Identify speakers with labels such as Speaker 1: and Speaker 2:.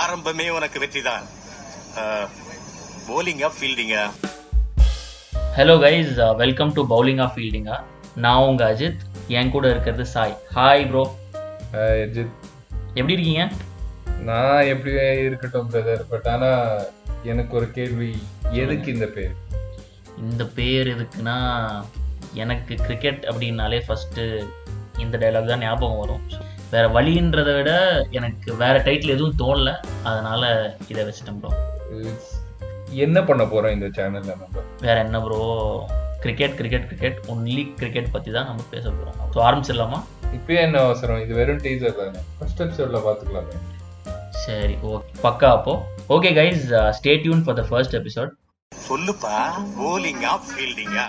Speaker 1: ஆரம்பமே உனக்கு வெற்றிதான் போலிங்கா ஃபீல்டிங்கா
Speaker 2: ஹலோ கைஸ் வெல்கம் டு பவுலிங்கா ஃபீல்டிங்கா uh. நான் உங்கள் அஜித் என் கூட இருக்கிறது சாய் ஹாய் ப்ரோ
Speaker 3: ஆஹ் அஜித்
Speaker 2: எப்படி இருக்கீங்க
Speaker 3: நான் எப்படி இருக்கட்டும் பிரதர் பட் ஆனா எனக்கு ஒரு கேள்வி எதுக்கு இந்த பேர்
Speaker 2: இந்த பேர் எதுக்குன்னா எனக்கு கிரிக்கெட் அப்படின்னாலே ஃபஸ்ட்டு இந்த டைலாக் தான் ஞாபகம் வரும் வேற வழின்றதை விட எனக்கு வேற டைட்டில் எதுவும் தோணல அதனால இதை வச்சுட்டேன் ப்ரோ
Speaker 3: It's- என்ன பண்ண போறோம் இந்த சேனல்ல நம்ம
Speaker 2: வேற என்ன bro cricket cricket cricket only cricket பற்றி தான் நம்ம பேச போகிறோம் ஸோ ஆரம்பிச்சிடலாமா
Speaker 3: இப்பயே என்ன அவசரம் இது வெறும் டீசர் தானே ஃபர்ஸ்ட் எபிசோட்ல பாத்துக்கலாமே
Speaker 2: சரி ஓகே பக்கா அப்போ uh, okay guys stay tuned for the first episode
Speaker 1: சொல்லுப்பா போலிங்கா ஃபீல்டிங்கா